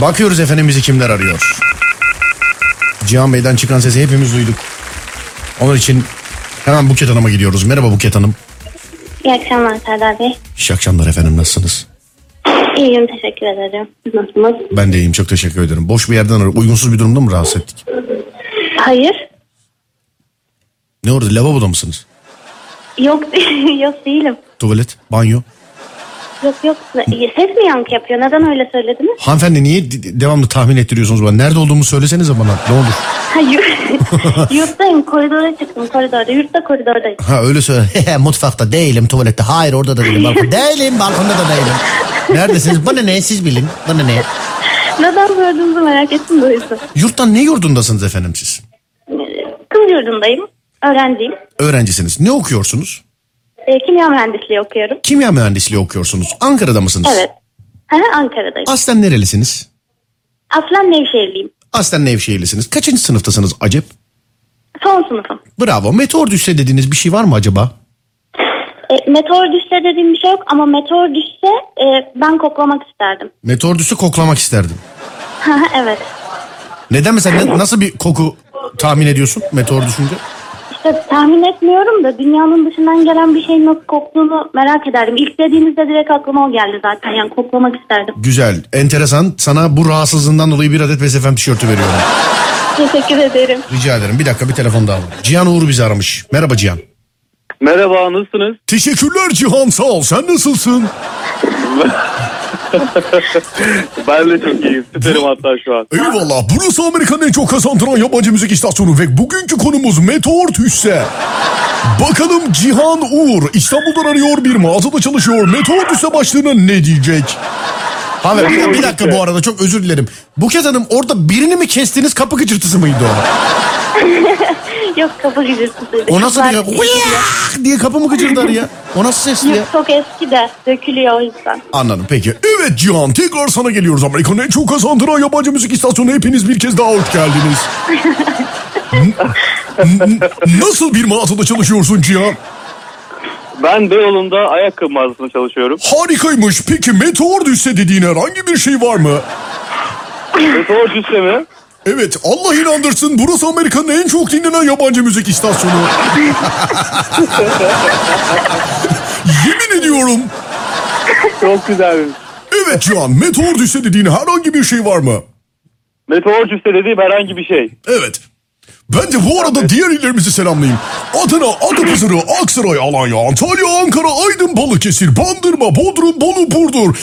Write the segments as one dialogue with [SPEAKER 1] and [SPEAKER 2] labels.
[SPEAKER 1] Bakıyoruz efendim bizi kimler arıyor. Cihan Bey'den çıkan sesi hepimiz duyduk. Onun için hemen Buket Hanım'a gidiyoruz. Merhaba Buket Hanım.
[SPEAKER 2] İyi akşamlar Serdar Bey.
[SPEAKER 1] İyi akşamlar efendim nasılsınız?
[SPEAKER 2] İyiyim teşekkür ederim. Siz Nasılsınız?
[SPEAKER 1] Ben de iyiyim çok teşekkür ederim. Boş bir yerden arıyor. Uygunsuz bir durumda mı rahatsız ettik?
[SPEAKER 2] Hayır.
[SPEAKER 1] Ne orada lavaboda mısınız?
[SPEAKER 2] Yok yok değilim.
[SPEAKER 1] Tuvalet, banyo.
[SPEAKER 2] Yok yok. Ses mi yankı yapıyor? Neden öyle söylediniz?
[SPEAKER 1] Hanımefendi niye d- d- devamlı tahmin ettiriyorsunuz bana? Nerede olduğumu söylesenize bana ne olur.
[SPEAKER 2] Hayır. Yurttayım koridora çıktım koridorda. Yurtta koridordayım.
[SPEAKER 1] Ha öyle söyle. Mutfakta değilim tuvalette. Hayır orada da değilim. Balkon. değilim balkonda da değilim. Neredesiniz? Bana ne siz bilin. Bana ne?
[SPEAKER 2] Neden sorduğunuzu merak ettim de o yüzden.
[SPEAKER 1] Yurttan ne yurdundasınız efendim siz?
[SPEAKER 2] Ee, Kız yurdundayım. Öğrenciyim.
[SPEAKER 1] Öğrencisiniz. Ne okuyorsunuz?
[SPEAKER 2] Ee, kimya mühendisliği okuyorum.
[SPEAKER 1] Kimya mühendisliği okuyorsunuz. Ankara'da mısınız?
[SPEAKER 2] Evet. Hı hı, Ankara'dayım.
[SPEAKER 1] Aslen nerelisiniz?
[SPEAKER 2] Aslen Nevşehirliyim.
[SPEAKER 1] Aslen Nevşehirlisiniz. Kaçıncı sınıftasınız acep?
[SPEAKER 2] Son sınıfım.
[SPEAKER 1] Bravo. Meteor düşse dediğiniz bir şey var mı acaba?
[SPEAKER 2] E, meteor düşse dediğim bir şey yok ama meteor düşse e, ben koklamak isterdim.
[SPEAKER 1] Meteor düşse koklamak isterdim.
[SPEAKER 2] Hı hı, evet.
[SPEAKER 1] Neden mesela ne- nasıl bir koku tahmin ediyorsun meteor düşünce?
[SPEAKER 2] İşte tahmin etmiyorum da dünyanın dışından gelen bir şeyin nasıl koktuğunu merak ederdim. İlk dediğinizde direkt aklıma o geldi zaten. Yani koklamak isterdim.
[SPEAKER 1] Güzel, enteresan. Sana bu rahatsızlığından dolayı bir adet BSFM tişörtü veriyorum.
[SPEAKER 2] Teşekkür ederim.
[SPEAKER 1] Rica ederim. Bir dakika bir telefon daha var. Cihan Uğur bizi aramış. Merhaba Cihan.
[SPEAKER 3] Merhaba nasılsınız?
[SPEAKER 1] Teşekkürler Cihan sağ ol. Sen nasılsın?
[SPEAKER 3] Ben de çok iyiyim. Süperim hatta şu an.
[SPEAKER 1] Eyvallah. Burası Amerika'nın en çok kazandıran yabancı müzik istasyonu ve bugünkü konumuz Meteor Tüsse. Bakalım Cihan Uğur İstanbul'dan arıyor bir mağazada çalışıyor. Meteor Tüsse başlığına ne diyecek? Haber bir, bir dakika bu arada çok özür dilerim. Buket Hanım orada birini mi kestiniz kapı gıcırtısı mıydı o?
[SPEAKER 2] Yok kafa gıcırtısıydı.
[SPEAKER 1] O nasıl
[SPEAKER 2] Kızlar
[SPEAKER 1] bir
[SPEAKER 2] gıcırtıyor.
[SPEAKER 1] "Hıyak!" diye kapı mı gıcırdar ya? O nasıl sesli ya?
[SPEAKER 2] Yok, çok eski de dökülüyor o yüzden.
[SPEAKER 1] Anladım peki. Evet Cihan tekrar sana geliyoruz. Amerika'nın en çok kazandıran yabancı müzik istasyonu hepiniz bir kez daha hoş geldiniz. N- n- Nasıl bir mağazada çalışıyorsun Cihan?
[SPEAKER 3] Ben Beyoğlu'nda ayakkabı mağazasında çalışıyorum.
[SPEAKER 1] Harikaymış. Peki meteor düşse dediğin herhangi bir şey var mı?
[SPEAKER 3] Meteor düşse mi?
[SPEAKER 1] Evet Allah inandırsın burası Amerika'nın en çok dinlenen yabancı müzik istasyonu. Yemin ediyorum.
[SPEAKER 3] Çok güzelmiş.
[SPEAKER 1] Evet Cihan meteor düşse dediğin herhangi bir şey var mı?
[SPEAKER 3] Meteor düşse dediğim herhangi bir şey.
[SPEAKER 1] Evet. Ben de bu arada diğer illerimizi selamlayayım. Adana, Adapazarı, Aksaray, Alanya, Antalya, Ankara, Aydın, Balıkesir, Bandırma, Bodrum, Bolu, Burdur.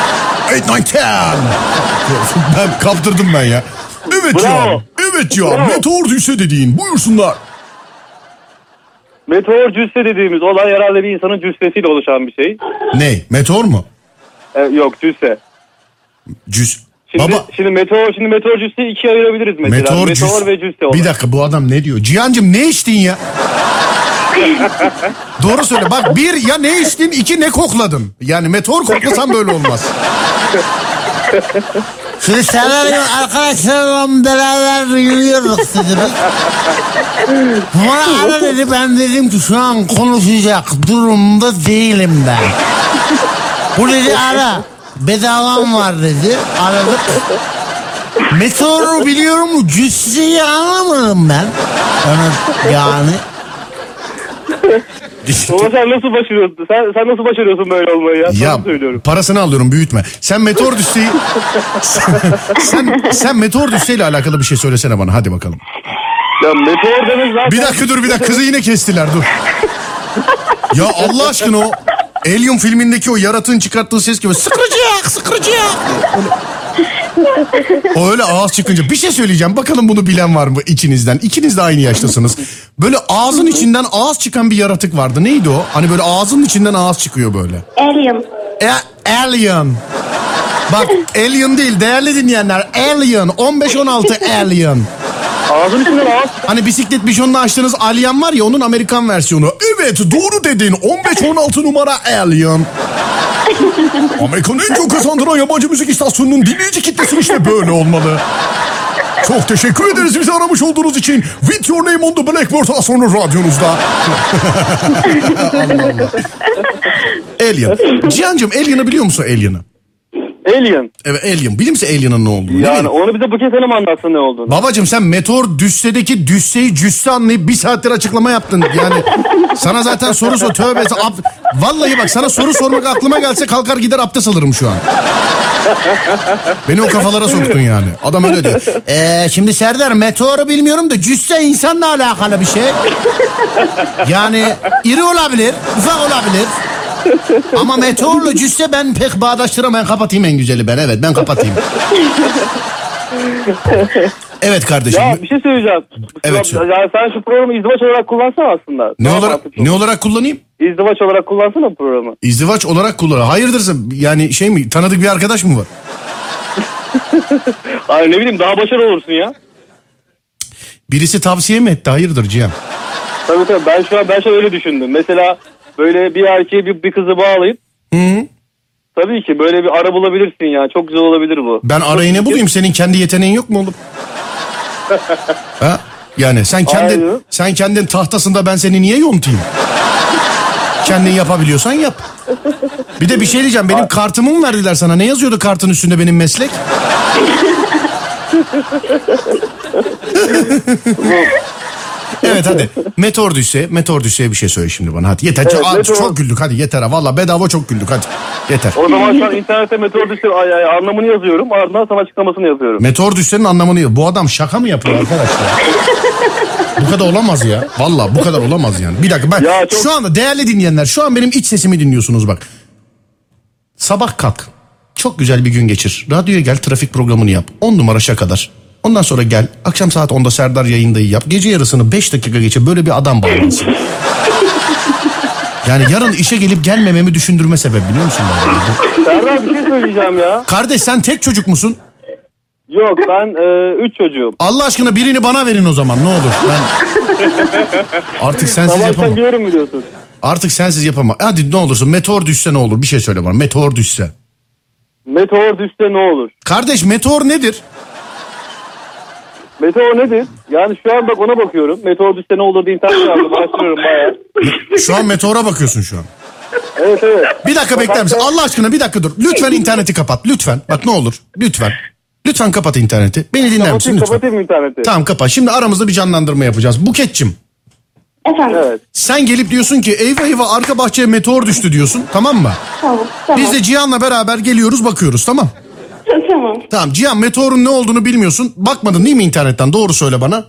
[SPEAKER 1] 1974-5-6-7-8-9-10. Ben kaptırdım ben ya. Evet
[SPEAKER 3] Bravo.
[SPEAKER 1] Cihan. Evet Cihan.
[SPEAKER 3] Bravo.
[SPEAKER 1] Meteor düşse dediğin. Buyursunlar.
[SPEAKER 3] Meteor cüsse dediğimiz olay herhalde bir insanın cüssesiyle oluşan bir şey.
[SPEAKER 1] Ne? Meteor mu?
[SPEAKER 3] Ee, yok cüsse.
[SPEAKER 1] Cüz.
[SPEAKER 3] Şimdi,
[SPEAKER 1] Baba
[SPEAKER 3] şimdi meteor şimdi meteor cüsseyi ikiye ayırabiliriz mesela.
[SPEAKER 1] meteor,
[SPEAKER 3] Meteor,
[SPEAKER 1] cüz.
[SPEAKER 3] ve cüsse olarak.
[SPEAKER 1] Bir dakika bu adam ne diyor? Cihancım ne içtin ya? Doğru söyle. Bak bir ya ne içtin iki ne kokladın. Yani meteor koklasan böyle olmaz.
[SPEAKER 4] Sizi severim arkadaşlarım beraber yürüyorduk sizi. Bana ara dedi ben dedim ki şu an konuşacak durumda değilim ben. Bu dedi ara. Bedavam var dedi. Aradık. Meteoru biliyorum cüsseyi anlamadım ben. Yani, yani.
[SPEAKER 3] Ulan sen nasıl başarıyorsun? Sen, sen nasıl başarıyorsun böyle olmayı ya?
[SPEAKER 1] ya
[SPEAKER 3] Sana söylüyorum.
[SPEAKER 1] parasını alıyorum büyütme. Sen meteor düşseyi... sen, sen meteor düşseyle alakalı bir şey söylesene bana. Hadi bakalım.
[SPEAKER 3] Ya meteor demek zaten.
[SPEAKER 1] Bir dakika dur bir dakika kızı yine kestiler dur. ya Allah aşkına o Alien filmindeki o yaratığın çıkarttığı ses gibi sıkıracak sıkıracak. Öyle- O öyle ağız çıkınca bir şey söyleyeceğim bakalım bunu bilen var mı içinizden ikiniz de aynı yaştasınız böyle ağzın içinden ağız çıkan bir yaratık vardı neydi o hani böyle ağzın içinden ağız çıkıyor böyle
[SPEAKER 2] Alien.
[SPEAKER 1] e- Alien. Bak Alien değil değerli dinleyenler Alien 15-16 Alien.
[SPEAKER 3] Ağzın içinden ağız
[SPEAKER 1] Hani bisiklet bijonunu açtığınız Alien var ya onun Amerikan versiyonu. Evet doğru dedin 15-16 numara Alien. Amerika'nın en çok kazandıran yabancı müzik istasyonunun dinleyici kitlesi işte böyle olmalı. Çok teşekkür ederiz bizi aramış olduğunuz için. With your name on the blackboard az sonra radyonuzda. Allah Allah. Alien. Cihan'cığım Alien'ı biliyor musun Alien'ı?
[SPEAKER 3] Alien.
[SPEAKER 1] Evet alien. Bilir misin alien'ın ne olduğunu? Ne
[SPEAKER 3] Yani
[SPEAKER 1] bileyim?
[SPEAKER 3] onu bize Buket Hanım anlatsın ne olduğunu.
[SPEAKER 1] Babacım sen meteor düşsedeki düşseyi cüsse anlayıp bir saattir açıklama yaptın. Yani sana zaten soru sor. Tövbe. et- ab- Vallahi bak sana soru sormak aklıma gelse kalkar gider abdest alırım şu an. Beni o kafalara soktun yani. Adam öyle diyor.
[SPEAKER 4] Ee, şimdi Serdar meteoru bilmiyorum da cüsse insanla alakalı bir şey. Yani iri olabilir, ufak olabilir. Ama meteorlu cüsse ben pek bağdaştıramam. Ben kapatayım en güzeli ben. Evet ben kapatayım.
[SPEAKER 1] Evet kardeşim.
[SPEAKER 3] Ya bir şey söyleyeceğim.
[SPEAKER 1] Evet,
[SPEAKER 3] Ya,
[SPEAKER 1] söyle.
[SPEAKER 3] ya sen şu programı izdivaç olarak kullansana aslında.
[SPEAKER 1] ne
[SPEAKER 3] Daha
[SPEAKER 1] olarak
[SPEAKER 3] mantıklı.
[SPEAKER 1] ne olarak kullanayım?
[SPEAKER 3] İzdivaç olarak kullansana bu programı.
[SPEAKER 1] İzdivaç olarak kullan. Hayırdır sen- yani şey mi tanıdık bir arkadaş mı var?
[SPEAKER 3] Ay ne bileyim daha başarılı olursun ya.
[SPEAKER 1] Birisi tavsiye mi etti? Hayırdır Cihan?
[SPEAKER 3] Tabii tabii ben şu an ben şey öyle düşündüm. Mesela böyle bir erkeği bir, bir kızı bağlayıp Tabii ki böyle bir ara bulabilirsin ya. Çok güzel olabilir bu.
[SPEAKER 1] Ben arayı ne bulayım? Senin kendi yeteneğin yok mu oğlum? ha? Yani sen kendin
[SPEAKER 3] Hayır.
[SPEAKER 1] sen kendin tahtasında ben seni niye yontayım? kendin yapabiliyorsan yap. Bir de bir şey diyeceğim. Benim kartımı mı verdiler sana? Ne yazıyordu kartın üstünde benim meslek? evet hadi. Meteor düşse, meteor düşse bir şey söyle şimdi bana. Hadi yeter.
[SPEAKER 3] Evet,
[SPEAKER 1] Aa,
[SPEAKER 3] meteor-
[SPEAKER 1] Çok güldük hadi yeter. ha. Vallahi bedava çok güldük hadi. Yeter.
[SPEAKER 3] O zaman şu an internete meteor düşse ay, ay, anlamını yazıyorum. Ardından sana açıklamasını yazıyorum.
[SPEAKER 1] Meteor düşsenin anlamını yok. Bu adam şaka mı yapıyor arkadaşlar? bu kadar olamaz ya. Valla bu kadar olamaz yani. Bir dakika ben
[SPEAKER 3] Ya çok-
[SPEAKER 1] şu anda değerli dinleyenler şu an benim iç sesimi dinliyorsunuz bak. Sabah kalk. Çok güzel bir gün geçir. Radyoya gel trafik programını yap. 10 numara şakalar. Ondan sonra gel. Akşam saat 10'da Serdar yayındayı yap. Gece yarısını 5 dakika geçe böyle bir adam bağlansın. yani yarın işe gelip gelmememi düşündürme sebep biliyor musun? bana?
[SPEAKER 3] Serdar bir şey söyleyeceğim ya.
[SPEAKER 1] Kardeş sen tek çocuk musun?
[SPEAKER 3] Yok ben 3 çocuğum.
[SPEAKER 1] Allah aşkına birini bana verin o zaman ne olur. Ben... Artık sensiz
[SPEAKER 3] Savaştan
[SPEAKER 1] yapamam.
[SPEAKER 3] diyorum biliyorsun.
[SPEAKER 1] Artık sensiz yapamam. Hadi ne olursun meteor düşse ne olur bir şey söyle bana. Meteor düşse.
[SPEAKER 3] Meteor düşse ne olur?
[SPEAKER 1] Kardeş meteor nedir?
[SPEAKER 3] Meteor nedir? Yani şu an bak ona bakıyorum. Meteor düşse ne olur diye internet yazdım. Araştırıyorum bayağı.
[SPEAKER 1] Şu an meteora bakıyorsun şu an.
[SPEAKER 3] Evet evet.
[SPEAKER 1] Bir dakika bekler misin? Allah aşkına bir dakika dur. Lütfen interneti kapat. Lütfen. Bak ne olur. Lütfen. Lütfen kapat interneti. Beni dinler misin
[SPEAKER 3] Kapatayım,
[SPEAKER 1] lütfen?
[SPEAKER 3] kapatayım interneti.
[SPEAKER 1] Tamam kapat. Şimdi aramızda bir canlandırma yapacağız. Buketçim.
[SPEAKER 2] Efendim?
[SPEAKER 3] Evet.
[SPEAKER 1] Sen gelip diyorsun ki eyvah eyvah arka bahçeye meteor düştü diyorsun. Tamam mı?
[SPEAKER 2] Tamam. Tamam.
[SPEAKER 1] Biz de Cihan'la beraber geliyoruz bakıyoruz tamam.
[SPEAKER 2] tamam.
[SPEAKER 1] Tamam Cihan meteorun ne olduğunu bilmiyorsun. Bakmadın değil mi internetten? Doğru söyle bana.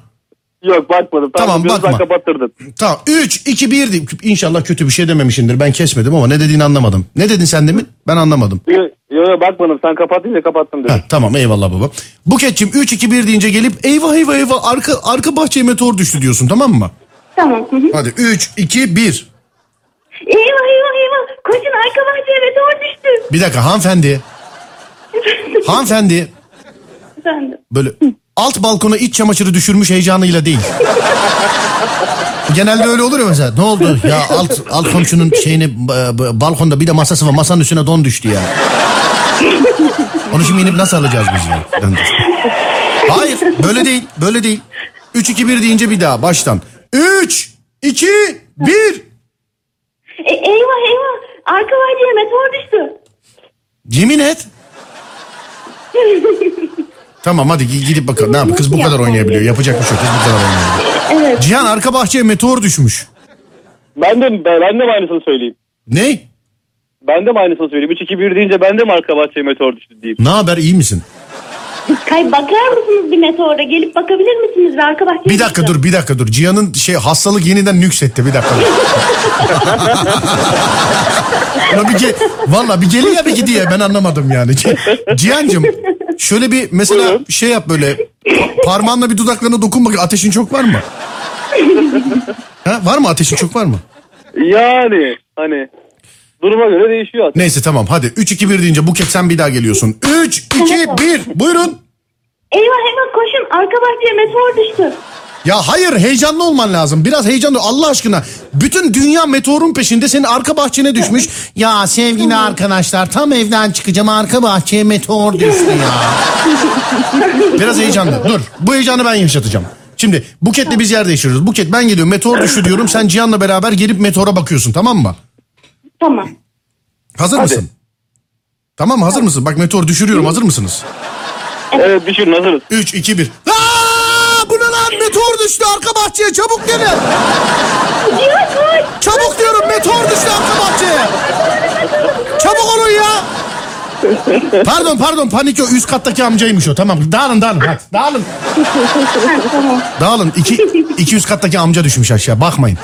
[SPEAKER 3] Yok bakmadım.
[SPEAKER 1] Tamam,
[SPEAKER 3] biraz
[SPEAKER 1] bakma.
[SPEAKER 3] daha kapattırdın.
[SPEAKER 1] Tamam 3, 2, 1 deyip İnşallah kötü bir şey dememişindir. Ben kesmedim ama ne dediğini anlamadım. Ne dedin sen demin? Ben anlamadım.
[SPEAKER 3] Yok yok bakmadım. Sen kapat deyince kapattım dedim.
[SPEAKER 1] Ha, tamam eyvallah baba. Buketçim 3, 2, 1 deyince gelip eyvah eyvah eyvah arka, arka bahçeye meteor düştü diyorsun tamam mı?
[SPEAKER 2] Tamam. Hı hı.
[SPEAKER 1] Hadi 3, 2, 1.
[SPEAKER 2] Eyvah eyvah eyvah. Koşun arka bahçeye meteor düştü.
[SPEAKER 1] Bir dakika hanımefendi. hanımefendi
[SPEAKER 2] Efendim?
[SPEAKER 1] böyle alt balkona iç çamaşırı düşürmüş heyecanıyla değil. Genelde öyle olur ya mesela. Ne oldu? Ya alt, alt komşunun şeyini b- b- balkonda bir de masası var. Masanın üstüne don düştü ya. Onu şimdi inip nasıl alacağız biz ya? Ben de- Hayır böyle değil. Böyle değil. 3 2 1 deyince bir daha baştan. 3 2 1
[SPEAKER 2] E, eyvah eyvah. Arka bahçeye meteor düştü.
[SPEAKER 1] Yemin et. Tamam hadi gi- gidip bakalım. Ne yap? Kız bu kadar oynayabiliyor. Yapacak bir şey yok. Kız bu kadar oynayabiliyor.
[SPEAKER 2] Evet.
[SPEAKER 1] Cihan arka bahçeye meteor düşmüş.
[SPEAKER 3] Ben de, ben de mi aynısını söyleyeyim?
[SPEAKER 1] Ne?
[SPEAKER 3] Ben de mi aynısını söyleyeyim? 3-2-1 deyince ben de mi arka bahçeye meteor düştü diyeyim?
[SPEAKER 1] Ne haber iyi misin?
[SPEAKER 2] Kay bakar mısınız bir meteora? Gelip bakabilir misiniz ve arka bahçeye
[SPEAKER 1] Bir dakika dur bir dakika dur. Cihan'ın şey hastalık yeniden nüksetti bir dakika. Ulan bir ge- Valla bir geliyor ya bir gidiyor ben anlamadım yani. Ci- Cihan'cığım şöyle bir mesela
[SPEAKER 3] Buyurun.
[SPEAKER 1] şey yap böyle pa- parmağınla bir dudaklarına dokun bakayım ateşin çok var mı? ha, var mı ateşin çok var mı?
[SPEAKER 3] Yani hani duruma göre değişiyor aslında.
[SPEAKER 1] Neyse tamam hadi 3-2-1 deyince Buket sen bir daha geliyorsun. 3-2-1 buyurun.
[SPEAKER 2] Eyvah eyvah koşun arka bahçeye meteor düştü.
[SPEAKER 1] Ya hayır heyecanlı olman lazım. Biraz heyecanlı. Allah aşkına bütün dünya meteorun peşinde senin arka bahçene düşmüş.
[SPEAKER 4] Ya sevgili arkadaşlar tam evden çıkacağım arka bahçeye meteor düştü ya.
[SPEAKER 1] Biraz heyecanlı. Dur. Bu heyecanı ben yaşatacağım. Şimdi Buket'le biz yer değiştiriyoruz. Buket ben geliyorum meteor düştü diyorum. Sen Cihan'la beraber gelip meteora bakıyorsun tamam mı?
[SPEAKER 2] Tamam.
[SPEAKER 1] Hazır mısın? Tamam mı? Hazır mısınız? Bak meteor düşürüyorum. Hazır mısınız?
[SPEAKER 3] Evet düşürün hazırız.
[SPEAKER 1] 3, 2, 1. Aa, bu ne lan? Meteor düştü arka bahçeye. Çabuk gelin. Çabuk diyorum. Meteor düştü arka bahçeye. Çabuk olun ya. Pardon pardon panik o üst kattaki amcaymış o tamam dağılın dağılın hadi dağılın dağılın iki, iki üst kattaki amca düşmüş aşağı bakmayın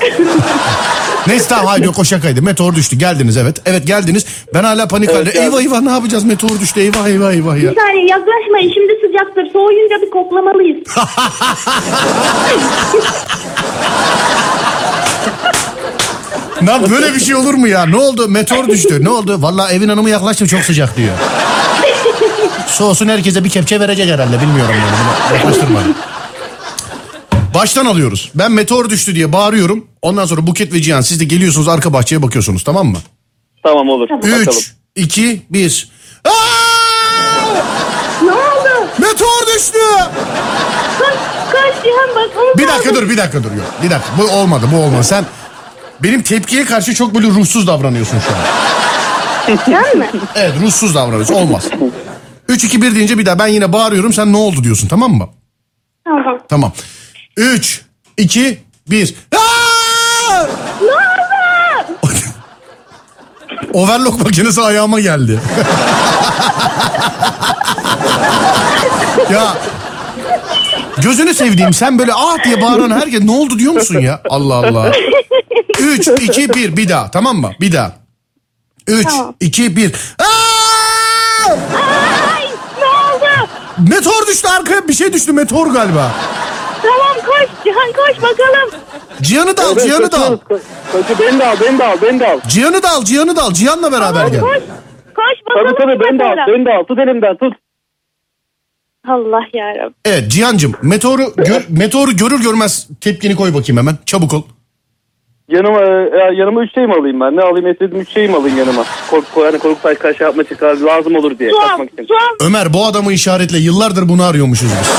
[SPEAKER 1] Neyse tamam haydi yok o şakaydı. Meteor düştü geldiniz evet. Evet geldiniz. Ben hala panik halde.
[SPEAKER 3] geldim.
[SPEAKER 1] Eyvah eyvah ne yapacağız meteor düştü eyvah eyvah eyvah ya.
[SPEAKER 2] Bir saniye yaklaşmayın şimdi sıcaktır. Soğuyunca bir koklamalıyız.
[SPEAKER 1] Lan böyle bir şey olur mu ya? Ne oldu? Meteor düştü. Ne oldu? Vallahi evin hanımı yaklaştı çok sıcak diyor. Soğusun herkese bir kepçe verecek herhalde bilmiyorum yani. Bunu Yaklaştırma. Baştan alıyoruz. Ben meteor düştü diye bağırıyorum. Ondan sonra Buket ve Cihan siz de geliyorsunuz arka bahçeye bakıyorsunuz tamam mı?
[SPEAKER 3] Tamam olur. Bakalım.
[SPEAKER 1] 3, 2, 1. Aa!
[SPEAKER 2] ne oldu?
[SPEAKER 1] Meteor düştü.
[SPEAKER 2] Kaç, kaç Cihan bak. oldu.
[SPEAKER 1] Bir dakika dur, bir dakika dur. Yok, bir dakika. Bu olmadı, bu olmadı. Sen benim tepkiye karşı çok böyle ruhsuz davranıyorsun şu an.
[SPEAKER 2] Sen mi?
[SPEAKER 1] Evet, ruhsuz davranıyorsun. Olmaz. 3 2 1 deyince bir daha ben yine bağırıyorum. Sen ne oldu diyorsun, tamam mı?
[SPEAKER 2] Tamam.
[SPEAKER 1] Tamam. 3 2 1.
[SPEAKER 2] Ne oldu?
[SPEAKER 1] Overlock makinesi ayağıma geldi. ya gözünü sevdiğim sen böyle ah diye bağıran herkes ne oldu diyor musun ya? Allah Allah. 3, 2, 1 bir daha tamam mı? Bir daha. 3,
[SPEAKER 2] Tamam.
[SPEAKER 1] 2, 1.
[SPEAKER 2] Ay ne oldu?
[SPEAKER 1] Meteor düştü arkaya bir şey düştü meteor galiba.
[SPEAKER 2] Tamam koş Cihan koş bakalım.
[SPEAKER 1] Cihan'ı da al
[SPEAKER 3] Evet,
[SPEAKER 1] Cihan'ı da al.
[SPEAKER 3] kaçıyoruz, kaç- kaçıyor. Beni de al beni de al beni de al.
[SPEAKER 1] Cihan'ı da al Cihan'ı da al. Cihan'la beraber
[SPEAKER 2] Tamam
[SPEAKER 1] gel.
[SPEAKER 2] koş. Koş bakalım.
[SPEAKER 3] Tabii tabii beni de al
[SPEAKER 2] bakalım.
[SPEAKER 3] beni de al. Tut elimden tut.
[SPEAKER 2] Allah yarabbim.
[SPEAKER 1] Evet Cihan'cığım meteoru, gör, meteoru görür görmez tepkini koy bakayım hemen çabuk ol.
[SPEAKER 3] Yanıma, e, yanıma üç şey mi alayım ben? Ne alayım istedim üç şey mi alayım yanıma? Kork, kork, yani korkup kaç şey yapma çıkar lazım olur diye
[SPEAKER 2] Soğan,
[SPEAKER 3] kaçmak için.
[SPEAKER 2] soğan.
[SPEAKER 1] Ömer bu adamı işaretle. Yıllardır bunu arıyormuşuz biz.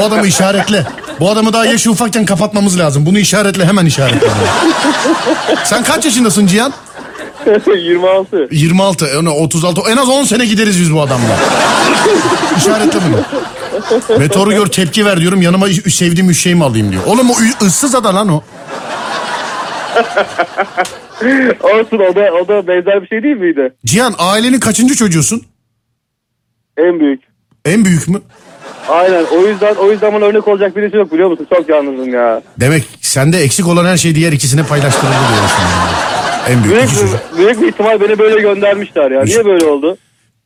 [SPEAKER 1] bu adamı işaretle. Bu adamı daha yaşı ufakken kapatmamız lazım. Bunu işaretle hemen işaretle. Sen kaç yaşındasın Cihan?
[SPEAKER 3] 26.
[SPEAKER 1] 26, yani 36. En az 10 sene gideriz biz bu adamla. işaretle bunu. Meteoru gör tepki ver diyorum. Yanıma ü- sevdiğim üç şey mi alayım diyor. Oğlum o ü- ıssız ada lan o.
[SPEAKER 3] Olsun o da, o da benzer bir şey değil miydi?
[SPEAKER 1] Cihan ailenin kaçıncı çocuğusun?
[SPEAKER 3] En büyük.
[SPEAKER 1] En büyük mü?
[SPEAKER 3] Aynen o yüzden o yüzden bana örnek olacak birisi yok biliyor musun? Çok yalnızım ya.
[SPEAKER 1] Demek sende eksik olan her şey diğer ikisine paylaştırıldı diyorsun. En büyük
[SPEAKER 3] Büyük,
[SPEAKER 1] iki çocuk.
[SPEAKER 3] büyük bir ihtimal beni böyle göndermişler ya. Niye böyle oldu?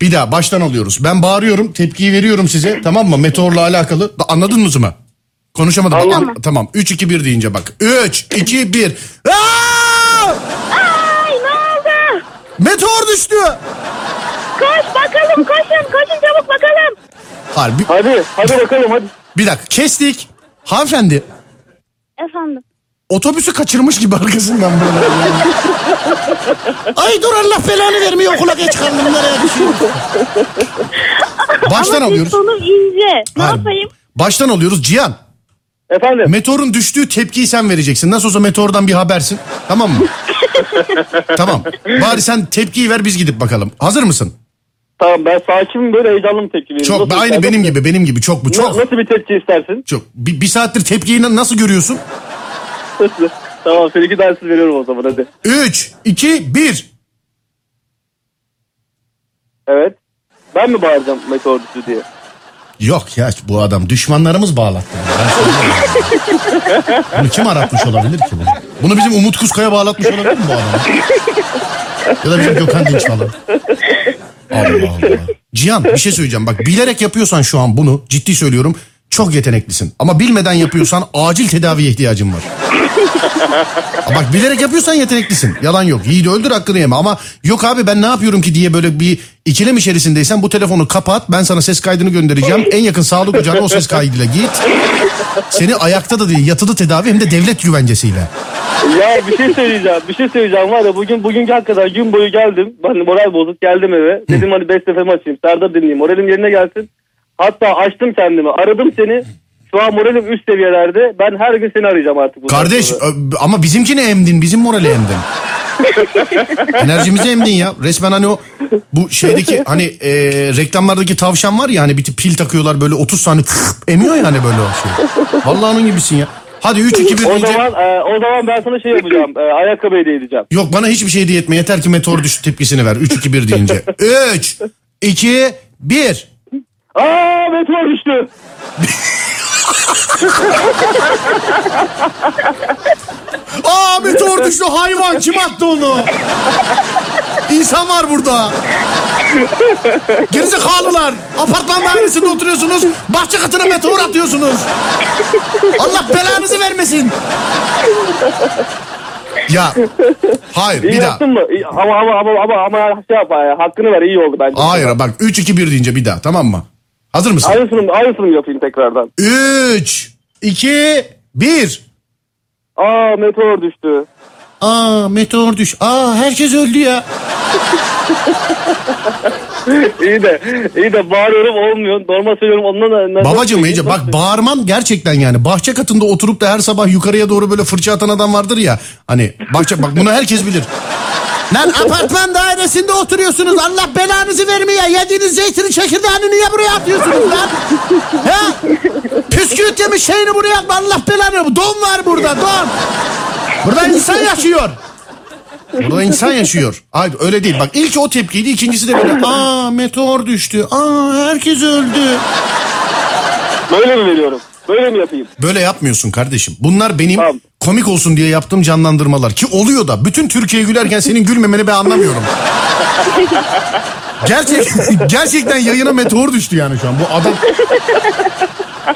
[SPEAKER 1] Bir daha baştan alıyoruz. Ben bağırıyorum, tepkiyi veriyorum size. Tamam mı? Meteorla alakalı. Da- Anladın mı Zuma? Konuşamadım. Bak,
[SPEAKER 3] Anladım.
[SPEAKER 1] an- tamam. 3 2 1 deyince bak. 3 2 1.
[SPEAKER 2] Ay ne oldu?
[SPEAKER 1] Meteor düştü.
[SPEAKER 2] Koş bakalım koşun koşun çabuk bakalım.
[SPEAKER 1] Harbi.
[SPEAKER 3] Hadi hadi bakalım hadi.
[SPEAKER 1] Bir dakika. Kestik. Hanımefendi
[SPEAKER 2] Efendim.
[SPEAKER 1] otobüsü kaçırmış gibi arkasından böyle. Ay dur Allah belanı vermiyor okula geç kaldım nereye düşüyorum. Baştan
[SPEAKER 2] Ama siz
[SPEAKER 1] alıyoruz.
[SPEAKER 2] sonu ince. Ne
[SPEAKER 1] Hayır.
[SPEAKER 2] yapayım?
[SPEAKER 1] Baştan alıyoruz Cihan.
[SPEAKER 3] Efendim
[SPEAKER 1] Meteorun düştüğü tepkiyi sen vereceksin. Nasıl olsa meteordan bir habersin. Tamam mı? tamam. Bari sen tepkiyi ver biz gidip bakalın. Hazır mısın?
[SPEAKER 3] tamam ben sakinim böyle heyecanlı bir tepki veriyorum.
[SPEAKER 1] Çok.
[SPEAKER 3] Nasıl
[SPEAKER 1] aynı
[SPEAKER 3] istersin?
[SPEAKER 1] benim gibi. Benim gibi. Çok bu.
[SPEAKER 3] Na-
[SPEAKER 1] Çok.
[SPEAKER 3] Nasıl bir tepki istersin?
[SPEAKER 1] Çok. Bir, bir saattir tepkiyi na- nasıl görüyorsun?
[SPEAKER 3] tamam seninki dersiz veriyorum o zaman hadi.
[SPEAKER 1] 3, 2, 1.
[SPEAKER 3] Evet. Ben mi bağıracağım meteor düştü diye?
[SPEAKER 1] Yok ya bu adam düşmanlarımız bağlattı. bunu. Ben söyleyeyim. bunu kim aratmış olabilir ki bunu? Bunu bizim Umut Kuzkaya bağlatmış olabilir mi bu adam? ya da bizim Gökhan Dinç falan. Allah Allah. Cihan bir şey söyleyeceğim. Bak bilerek yapıyorsan şu an bunu ciddi söylüyorum. Çok yeteneklisin. Ama bilmeden yapıyorsan acil tedaviye ihtiyacın var. Ha Bak bilerek yapıyorsan yeteneklisin. Yalan yok. Yiğidi öldür hakkını yeme. Ama yok abi ben ne yapıyorum ki diye böyle bir ikilem içerisindeysen bu telefonu kapat. Ben sana ses kaydını göndereceğim. En yakın sağlık ocağına o ses kaydıyla git. Seni ayakta da değil yatılı tedavi hem de devlet güvencesiyle.
[SPEAKER 3] Ya bir şey söyleyeceğim. Bir şey söyleyeceğim var ya bugün bugün gel kadar gün boyu geldim. Ben moral bozuk geldim eve. Dedim hani best FM açayım. Serdar dinleyeyim. Moralim yerine gelsin. Hatta açtım kendimi. Aradım seni. Şu an moralim üst seviyelerde. Ben her gün seni arayacağım artık. bundan
[SPEAKER 1] Kardeş
[SPEAKER 3] sonra.
[SPEAKER 1] ö- ama bizimkini emdin bizim morali emdin. Enerjimizi emdin ya. Resmen hani o bu şeydeki hani e, reklamlardaki tavşan var ya hani bir tip pil takıyorlar böyle 30 saniye emiyor yani böyle o şey. Vallahi onun gibisin ya. Hadi 3 2 1
[SPEAKER 3] O zaman e, o zaman ben sana şey yapacağım. E, ayakkabı hediye edeceğim.
[SPEAKER 1] Yok bana hiçbir şey diye etme. Yeter ki meteor düştü tepkisini ver. 3 2 1 deyince. 3 2 1
[SPEAKER 3] Aa meteor düştü.
[SPEAKER 1] Aa meteor düştü hayvan kim attı onu? İnsan var burada. Gerizekalılar. Apartman dairesinde oturuyorsunuz. Bahçe katına meteor atıyorsunuz. Allah belanızı vermesin. Ya hayır
[SPEAKER 3] İyi
[SPEAKER 1] bir daha.
[SPEAKER 3] yaptın mı? İyi- Ama ama ama ama ama şey yap e, hakkını ver iyi oldu bence.
[SPEAKER 1] Hayır bak 3 2 1 deyince bir daha tamam mı? Hazır mısın?
[SPEAKER 3] Aynısını, aynısını mı yapayım tekrardan.
[SPEAKER 1] 3 2 1
[SPEAKER 3] Aa meteor düştü.
[SPEAKER 1] Aa meteor düş. Aa herkes öldü ya.
[SPEAKER 3] İyi de iyi de bağırıyorum olmuyor. Normal söylüyorum ondan da. nasıl-
[SPEAKER 1] Babacım iyice bak bağırman gerçekten yani bahçe katında oturup da her sabah yukarıya doğru böyle fırça atan adam vardır ya. Hani bahçe bak bunu herkes bilir. Lan apartman dairesinde oturuyorsunuz. Allah belanızı vermeye. Yediğiniz zeytinin çekirdeğini niye buraya atıyorsunuz lan? He? Püsküvit yemiş şeyini buraya atma. Allah belanı. Don var burada don. Burada insan yaşıyor. Burada insan yaşıyor. Hayır öyle değil. Bak ilk o tepkiydi. ikincisi de böyle. Aa meteor düştü. Aa herkes öldü.
[SPEAKER 3] Böyle mi veriyorum? Böyle mi yapayım?
[SPEAKER 1] Böyle yapmıyorsun kardeşim. Bunlar benim
[SPEAKER 3] Tamam.
[SPEAKER 1] komik olsun diye yaptığım canlandırmalar. Ki oluyor da. Bütün Türkiye gülerken senin gülmemeni ben anlamıyorum. Gerçek, gerçekten yayına meteor düştü yani şu an. Bu adam...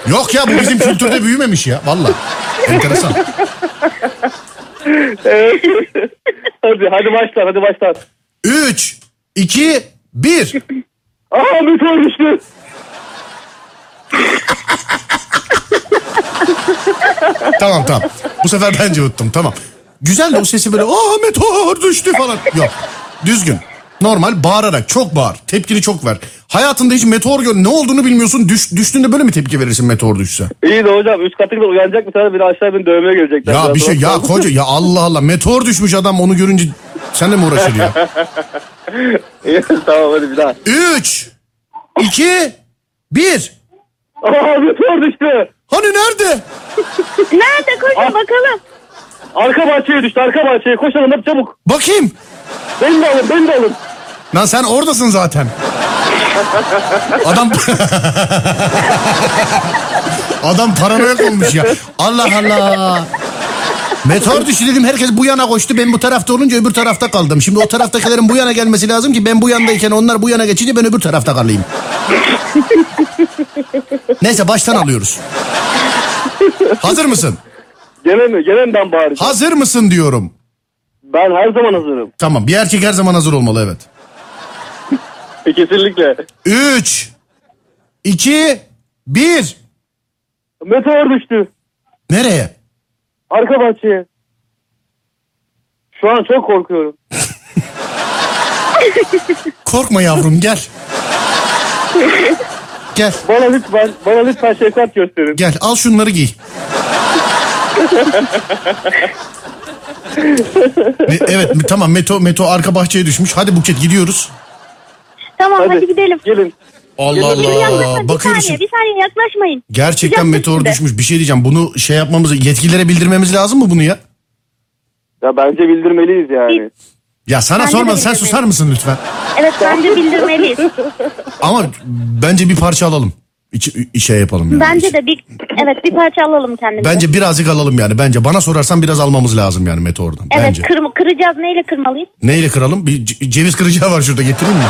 [SPEAKER 1] Yok ya bu bizim kültürde büyümemiş ya. Valla. Enteresan.
[SPEAKER 3] Hadi hadi başlar hadi başlar.
[SPEAKER 1] 3, 2, 1.
[SPEAKER 3] Aa meteor düştü.
[SPEAKER 1] Tamam tamam. Bu sefer bence unuttum. Tamam. Güzel de o sesi böyle aa meteor düştü falan. Yok. Düzgün. Normal bağırarak çok bağır. Tepkini çok ver. Hayatında hiç meteor gör ne olduğunu bilmiyorsun. Düş, düştüğünde böyle mi tepki verirsin meteor düşse?
[SPEAKER 3] İyi de hocam üst katı kadar uyanacak bir tane biri aşağı beni dövmeye gelecekler.
[SPEAKER 1] Ya bir şey ya koca ya Allah Allah meteor düşmüş adam onu görünce sen de mi uğraşır ya?
[SPEAKER 3] İyi, tamam hadi bir daha.
[SPEAKER 1] 3 2 1
[SPEAKER 3] Aa meteor düştü.
[SPEAKER 1] Hani nerede?
[SPEAKER 2] Nerede koşun bakalım.
[SPEAKER 3] Arka bahçeye düştü arka bahçeye. Koş hanım çabuk.
[SPEAKER 1] Bakayım.
[SPEAKER 3] Beni de alın beni de alın.
[SPEAKER 1] Lan sen oradasın zaten. Adam Adam paranoyak olmuş ya. Allah Allah. Meteor düştü dedim herkes bu yana koştu. Ben bu tarafta olunca öbür tarafta kaldım. Şimdi o taraftakilerin bu yana gelmesi lazım ki ben bu yandayken onlar bu yana geçince ben öbür tarafta kalayım. Neyse baştan alıyoruz. Hazır mısın?
[SPEAKER 3] Gene mi? Gene ben bağıracağım.
[SPEAKER 1] Hazır mısın diyorum.
[SPEAKER 3] Ben her zaman hazırım.
[SPEAKER 1] Tamam bir erkek her zaman hazır olmalı evet.
[SPEAKER 3] E, kesinlikle.
[SPEAKER 1] 3 2 1
[SPEAKER 3] Meteor düştü.
[SPEAKER 1] Nereye?
[SPEAKER 3] Arka bahçeye. Şu an çok korkuyorum.
[SPEAKER 1] Korkma yavrum gel. gel
[SPEAKER 3] Bana lütfen, bana lütfen şefkat gösterin.
[SPEAKER 1] gel al şunları giy. Ne- evet mi- tamam Meto Meto arka bahçeye düşmüş. Hadi Buket gidiyoruz.
[SPEAKER 2] Tamam hadi, gidelim.
[SPEAKER 3] Gelin.
[SPEAKER 1] Allah
[SPEAKER 2] Bir yaklaşma,
[SPEAKER 1] Allah.
[SPEAKER 2] bir
[SPEAKER 1] Bakıyoruz.
[SPEAKER 2] saniye, bir saniye yaklaşmayın.
[SPEAKER 1] Gerçekten
[SPEAKER 2] Sıcak
[SPEAKER 1] meteor
[SPEAKER 2] üstünde.
[SPEAKER 1] düşmüş. Bir şey diyeceğim. Bunu şey yapmamız, yetkililere bildirmemiz lazım mı bunu ya?
[SPEAKER 3] Ya bence bildirmeliyiz yani.
[SPEAKER 1] Ya sana
[SPEAKER 2] Bence de
[SPEAKER 1] sormadım. Sen
[SPEAKER 2] bildirmeliyiz.
[SPEAKER 1] susar mısın lütfen?
[SPEAKER 2] Evet bence bildirmeliyiz.
[SPEAKER 1] Ama bence bir parça alalım. İçe şey yapalım yani.
[SPEAKER 2] Bence de bir evet bir parça alalım kendimize.
[SPEAKER 1] Bence birazcık alalım yani. Bence bana sorarsan biraz almamız lazım yani meteordan.
[SPEAKER 2] evet
[SPEAKER 1] Bence.
[SPEAKER 2] kırm- kıracağız neyle kırmalıyız?
[SPEAKER 1] Neyle kıralım? Bir c- ceviz kıracağı var şurada getireyim mi?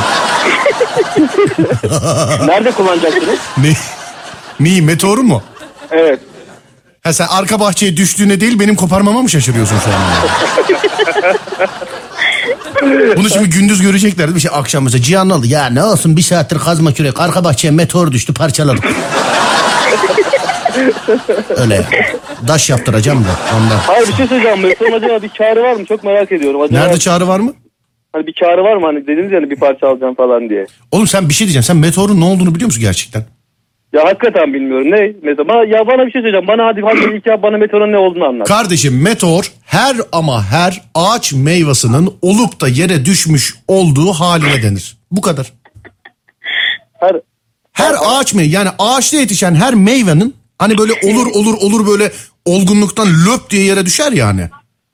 [SPEAKER 3] Nerede kullanacaksınız?
[SPEAKER 1] ne? Neyi meteoru mu?
[SPEAKER 3] Evet.
[SPEAKER 1] Ha sen arka bahçeye düştüğüne değil benim koparmama mı şaşırıyorsun şu an? Bunu şimdi gündüz görecekler bir şey akşam mesela Cihan ne oldu? Ya ne olsun bir saattir kazma kürek arka bahçeye meteor düştü parçaladık. Öyle ya. Daş yaptıracağım da ondan.
[SPEAKER 3] Hayır bir şey söyleyeceğim. Meteor'un acaba bir kârı var mı? Çok merak ediyorum. Acaba
[SPEAKER 1] Nerede çağrı var mı?
[SPEAKER 3] hani bir kârı var mı? Hani dediniz yani bir parça alacağım falan diye.
[SPEAKER 1] Oğlum sen bir şey diyeceğim. Sen meteorun ne olduğunu biliyor musun gerçekten?
[SPEAKER 3] Ya hakikaten bilmiyorum ne mesela bana, ya bana bir şey söyleyeceğim bana hadi hadi ilk yap bana meteorun ne olduğunu anlat.
[SPEAKER 1] Kardeşim meteor her ama her ağaç meyvasının olup da yere düşmüş olduğu haline denir. Bu kadar.
[SPEAKER 3] Her,
[SPEAKER 1] Her ağaç meyve yani ağaçta yetişen her meyvenin hani böyle olur olur olur böyle olgunluktan löp diye yere düşer yani.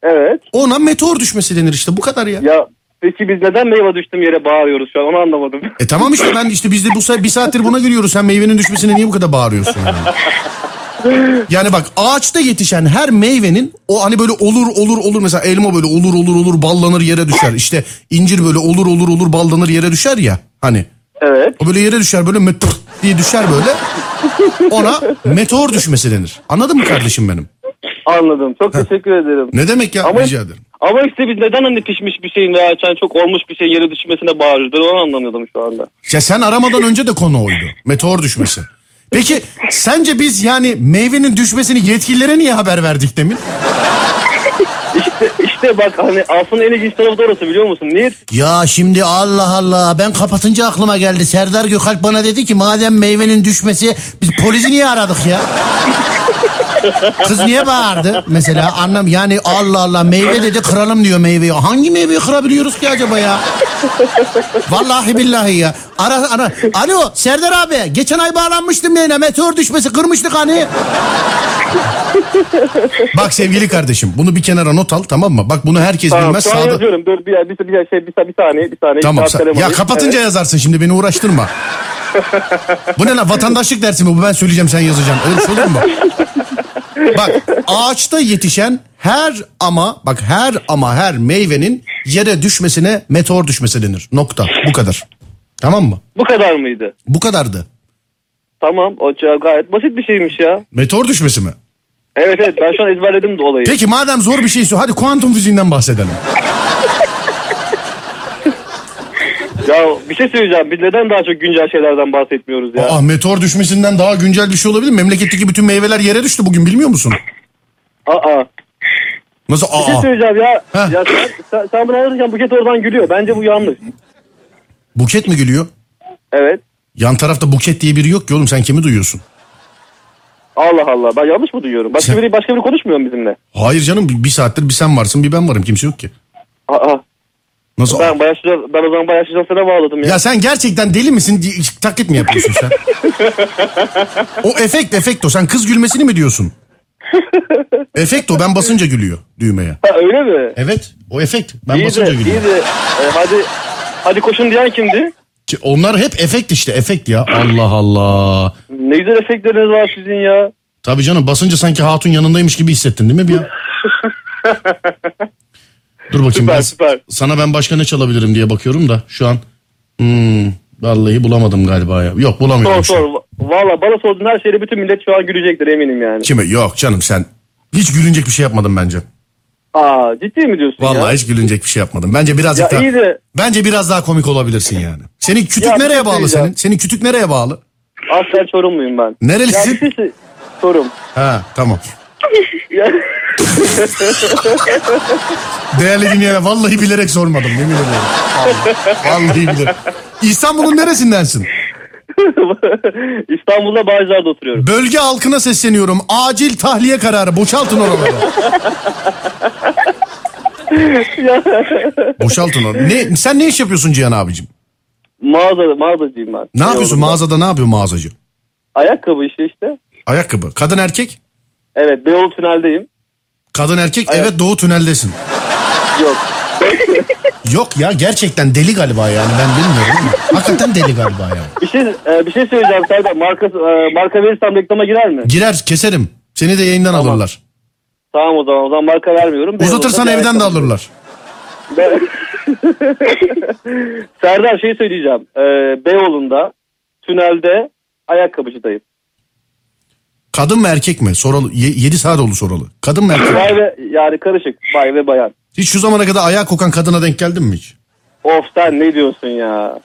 [SPEAKER 3] evet
[SPEAKER 1] Ona meteor düşmesi denir işte bu kadar ya.
[SPEAKER 3] ya peki biz neden meyve düştüm yere bağırıyoruz şu an onu anlamadım.
[SPEAKER 1] E tamam işte ben işte biz de bu sa- bir saattir buna gülüyoruz. Sen meyvenin düşmesine niye bu kadar bağırıyorsun yani? Yani bak ağaçta yetişen her meyvenin o hani böyle olur olur olur mesela elma böyle olur olur olur ballanır yere düşer. İşte incir böyle olur olur olur ballanır yere düşer ya hani.
[SPEAKER 3] evet
[SPEAKER 1] O böyle yere düşer böyle meteor diye düşer böyle. Ona meteor düşmesi denir. Anladın mı kardeşim benim?
[SPEAKER 3] anladım çok teşekkür ederim.
[SPEAKER 1] Ne demek ya
[SPEAKER 3] Ama-
[SPEAKER 1] rica ederim.
[SPEAKER 3] Ama işte biz neden hani pişmiş bir şeyin veya çan çok olmuş bir şeyin yere düşmesine bağırıyoruz ben onu anlamadım şu anda.
[SPEAKER 1] Ya sen aramadan önce de konu oydu. Meteor düşmesi. Peki sence biz yani meyvenin düşmesini yetkililere niye haber verdik demin?
[SPEAKER 3] İşte, işte bak hani aslında en ilginç tarafı da orası biliyor musun? Niye
[SPEAKER 4] Ya şimdi Allah Allah ben kapatınca aklıma geldi. Serdar Gökalp bana dedi ki madem meyvenin düşmesi biz polisi niye aradık ya? Kız niye bağırdı mesela anlam yani Allah Allah meyve dedi kıralım diyor meyveyi. Hangi meyveyi kırabiliyoruz ki acaba ya? Vallahi billahi ya. Ara ara. Alo Serdar abi geçen ay bağlanmıştım yine meteor düşmesi kırmıştık hani.
[SPEAKER 1] Bak sevgili kardeşim bunu bir kenara not al tamam mı? Bak bunu herkes
[SPEAKER 3] Tamam
[SPEAKER 1] bilmez.
[SPEAKER 3] şu an
[SPEAKER 1] Sağda-
[SPEAKER 3] yazıyorum. Dur bir, bir, bir, şey, bir, bir saniye bir saniye.
[SPEAKER 1] Tamam.
[SPEAKER 3] Bir saat
[SPEAKER 1] sa-
[SPEAKER 3] telefon
[SPEAKER 1] ya
[SPEAKER 3] edeyim.
[SPEAKER 1] kapatınca yazarsın şimdi beni uğraştırma. bu ne lan vatandaşlık dersi mi bu ben söyleyeceğim sen yazacaksın. Öyle bir şey olur mu? bak ağaçta yetişen her ama bak her ama her meyvenin yere düşmesine meteor düşmesi denir. Nokta. Bu kadar. Tamam mı?
[SPEAKER 3] Bu kadar mıydı?
[SPEAKER 1] Bu kadardı.
[SPEAKER 3] Tamam hoca gayet basit bir şeymiş ya.
[SPEAKER 1] Meteor düşmesi mi?
[SPEAKER 3] Evet evet ben şu an ezberledim de olayı.
[SPEAKER 1] Peki madem zor bir şeyse hadi kuantum fiziğinden bahsedelim.
[SPEAKER 3] Ya bir şey söyleyeceğim biz neden daha çok güncel şeylerden bahsetmiyoruz ya?
[SPEAKER 1] Aa Ah, meteor düşmesinden daha güncel bir şey olabilir mi? Memleketteki bütün meyveler yere düştü bugün bilmiyor musun?
[SPEAKER 3] Aa.
[SPEAKER 1] Nasıl
[SPEAKER 3] Bir şey
[SPEAKER 1] aa?
[SPEAKER 3] söyleyeceğim ya.
[SPEAKER 1] Heh.
[SPEAKER 3] Ya sen, sen, sen bunu anlatırken Buket oradan gülüyor. Bence bu yanlış.
[SPEAKER 1] Buket mi gülüyor?
[SPEAKER 3] Evet.
[SPEAKER 1] Yan tarafta buket diye biri yok ki oğlum sen kimi duyuyorsun?
[SPEAKER 3] Allah Allah ben yanlış mı duyuyorum? Başka
[SPEAKER 1] Sen-
[SPEAKER 3] biri başka biri konuşmuyor mu bizimle?
[SPEAKER 1] Hayır canım bir- bir saattir bir sen varsın bir ben varım kimse yok ki.
[SPEAKER 3] Aa.
[SPEAKER 1] Nasıl?
[SPEAKER 3] Ben bayağı şizo- ben o zaman bayağı şizofrene bağladım ya.
[SPEAKER 1] Ya sen gerçekten deli misin? Di- Taklit mi yapıyorsun sen? o efekt efekt o. Sen kız gülmesini mi diyorsun? efekt o. Ben basınca gülüyor düğmeye.
[SPEAKER 3] Ha, öyle mi?
[SPEAKER 1] Evet. O efekt. Ben
[SPEAKER 3] iyi de,
[SPEAKER 1] basınca
[SPEAKER 3] iyi
[SPEAKER 1] gülüyorum.
[SPEAKER 3] de. E, hadi hadi koşun diyen kimdi?
[SPEAKER 1] Ki Onlar hep efekt işte. Efekt ya. Allah Allah.
[SPEAKER 3] Ne güzel efektleriniz var sizin ya.
[SPEAKER 1] Tabii canım basınca sanki hatun yanındaymış gibi hissettin değil mi bir an? Dur bakayım
[SPEAKER 3] Süper,
[SPEAKER 1] ben,
[SPEAKER 3] süper.
[SPEAKER 1] sana ben başka ne çalabilirim diye bakıyorum da şu an. Hmm, vallahi bulamadım galiba ya. Yok bulamıyorum
[SPEAKER 3] Sor
[SPEAKER 1] şu an.
[SPEAKER 3] sor. Valla bana sorduğun her şeyle bütün millet şu an gülecektir eminim yani.
[SPEAKER 1] Kime? Yok canım sen. Hiç gülünecek bir şey yapmadım bence.
[SPEAKER 3] Aa ciddi mi diyorsun
[SPEAKER 1] Vallahi
[SPEAKER 3] ya?
[SPEAKER 1] hiç gülünecek bir şey yapmadım. Bence birazcık
[SPEAKER 3] Ya
[SPEAKER 1] daha
[SPEAKER 3] iyi de-
[SPEAKER 1] Bence biraz daha komik olabilirsin yani. Senin kütük
[SPEAKER 3] Ya bir
[SPEAKER 1] nereye
[SPEAKER 3] şey
[SPEAKER 1] bağlı
[SPEAKER 3] söyleyeceğim.
[SPEAKER 1] senin? Senin kütük nereye bağlı?
[SPEAKER 3] Aslen Çorumluyum ben.
[SPEAKER 1] Nerelisin?
[SPEAKER 3] Ya bir şey sor- Çorum.
[SPEAKER 1] Ha, tamam.
[SPEAKER 3] Ya,
[SPEAKER 1] Değerli dinleyenler vallahi bilerek sormadım yemin ediyorum. Vallahi, vallahi bilerek. İstanbul'un neresindensin?
[SPEAKER 3] İstanbul'da Bağcılar'da oturuyorum.
[SPEAKER 1] Bölge halkına sesleniyorum. Acil tahliye kararı. Boşaltın oraları. Boşaltın oraları. Ne, sen ne iş yapıyorsun Cihan abicim?
[SPEAKER 3] Mağaza, mağazacıyım ben.
[SPEAKER 1] Ne yapıyorsun? Mağazada ne yapıyor mağazacı?
[SPEAKER 3] Ayakkabı işi işte.
[SPEAKER 1] Ayakkabı. Kadın erkek?
[SPEAKER 3] Evet Beyoğlu Tünel'deyim.
[SPEAKER 1] Kadın erkek
[SPEAKER 3] Ayak-
[SPEAKER 1] evet doğu tüneldesin.
[SPEAKER 3] Yok.
[SPEAKER 1] Yok ya gerçekten deli galiba yani ben bilmiyorum. Hakikaten deli galiba yani.
[SPEAKER 3] Bir şey e, bir şey söyleyeceğim Serdar. Marka, e, marka verirsem reklama girer mi?
[SPEAKER 1] Girer keserim. Seni de yayından alırlar.
[SPEAKER 3] Tamam o zaman. O zaman marka vermiyorum. Beyoğlu'da
[SPEAKER 1] Uzatırsan
[SPEAKER 3] bir
[SPEAKER 1] evden de
[SPEAKER 3] ayakkabı.
[SPEAKER 1] alırlar.
[SPEAKER 3] Ben- Serdar şey söyleyeceğim. E, Beyoğlu'nda tünelde ayakkabıcıdayım.
[SPEAKER 1] Kadın mı erkek mi? Soralı. 7 saat oldu soralı. Kadın mı erkek mi?
[SPEAKER 3] Bay ve yani karışık. Bay ve bayan.
[SPEAKER 1] Hiç şu zamana kadar ayağa kokan kadına denk geldin mi hiç?
[SPEAKER 3] Of sen ne diyorsun ya?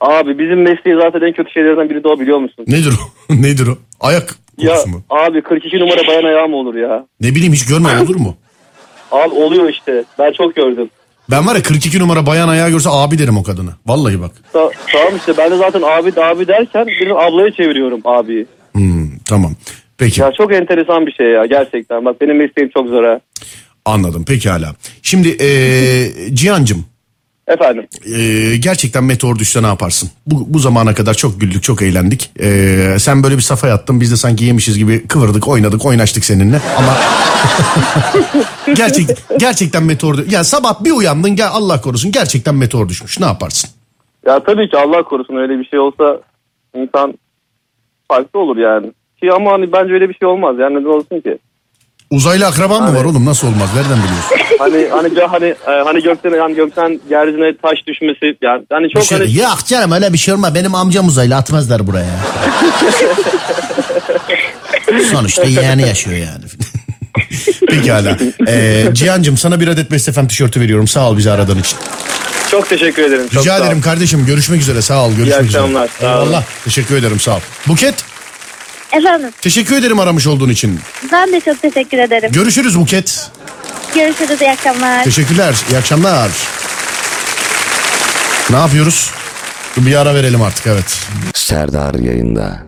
[SPEAKER 3] Abi bizim mesleği zaten en kötü şeylerden biri de o biliyor musun?
[SPEAKER 1] Nedir o? Nedir o? Ayak
[SPEAKER 3] Ya
[SPEAKER 1] kokusu mu?
[SPEAKER 3] abi 42 numara bayan ayağı mı olur ya?
[SPEAKER 1] Ne bileyim hiç görmem olur mu?
[SPEAKER 3] Abi oluyor işte. Ben çok gördüm.
[SPEAKER 1] Ben var ya 42 numara bayan ayağı görse abi derim o kadına. Vallahi bak.
[SPEAKER 3] Ta- tamam işte ben de zaten abi abi derken benim ablaya çeviriyorum abiyi.
[SPEAKER 1] Hmm, tamam. Peki
[SPEAKER 3] Ya çok enteresan bir şey ya gerçekten. Bak benim mesleğim çok zor ha.
[SPEAKER 1] anladım pekala. Şimdi ee, Cihan'cığım
[SPEAKER 3] Efendim.
[SPEAKER 1] ee, gerçekten meteor düşse ne yaparsın? Bu, bu zamana kadar çok güldük çok eğlendik. Ee, sen böyle bir safa yattın biz de sanki yemişiz gibi kıvırdık oynadık oynaştık seninle ama... Gerçek, gerçekten meteor dü- Ya sabah bir uyandın gel Allah korusun gerçekten meteor düşmüş ne yaparsın?
[SPEAKER 3] Ya tabii ki Allah korusun öyle bir şey olsa insan farklı olur yani. Ki ama hani bence öyle bir şey olmaz yani neden olsun ki?
[SPEAKER 1] Uzaylı akraban mı var oğlum nasıl olmaz nereden biliyorsun?
[SPEAKER 3] Hani hani hani hani gökten hani gökten yeryüzüne taş düşmesi yani hani çok
[SPEAKER 1] Bir şey-
[SPEAKER 3] hani
[SPEAKER 1] Ya canım öyle bir şey olma benim amcam uzaylı atmazlar buraya. Sonuçta yeğeni yaşıyor yani. Pekala. Ee, Cihan'cığım sana bir adet Best FM tişörtü veriyorum. Sağ ol bizi aradığın için.
[SPEAKER 3] çok teşekkür ederim. çok
[SPEAKER 1] Rica
[SPEAKER 3] sağ ol.
[SPEAKER 1] ederim kardeşim. Görüşmek üzere. Sağ ol. Görüşmek
[SPEAKER 3] akşamlar,
[SPEAKER 1] Üzere.
[SPEAKER 3] sağ olun.
[SPEAKER 1] Eyvallah. Teşekkür ederim. Sağ ol. Buket
[SPEAKER 2] Efendim
[SPEAKER 1] teşekkür ederim aramış olduğun için.
[SPEAKER 2] ben de çok teşekkür ederim.
[SPEAKER 1] Görüşürüz Buket.
[SPEAKER 2] Görüşürüz iyi akşamlar.
[SPEAKER 1] Teşekkürler. İyi akşamlar. Ne yapıyoruz? Bir ara verelim artık evet.
[SPEAKER 5] Serdar yayında.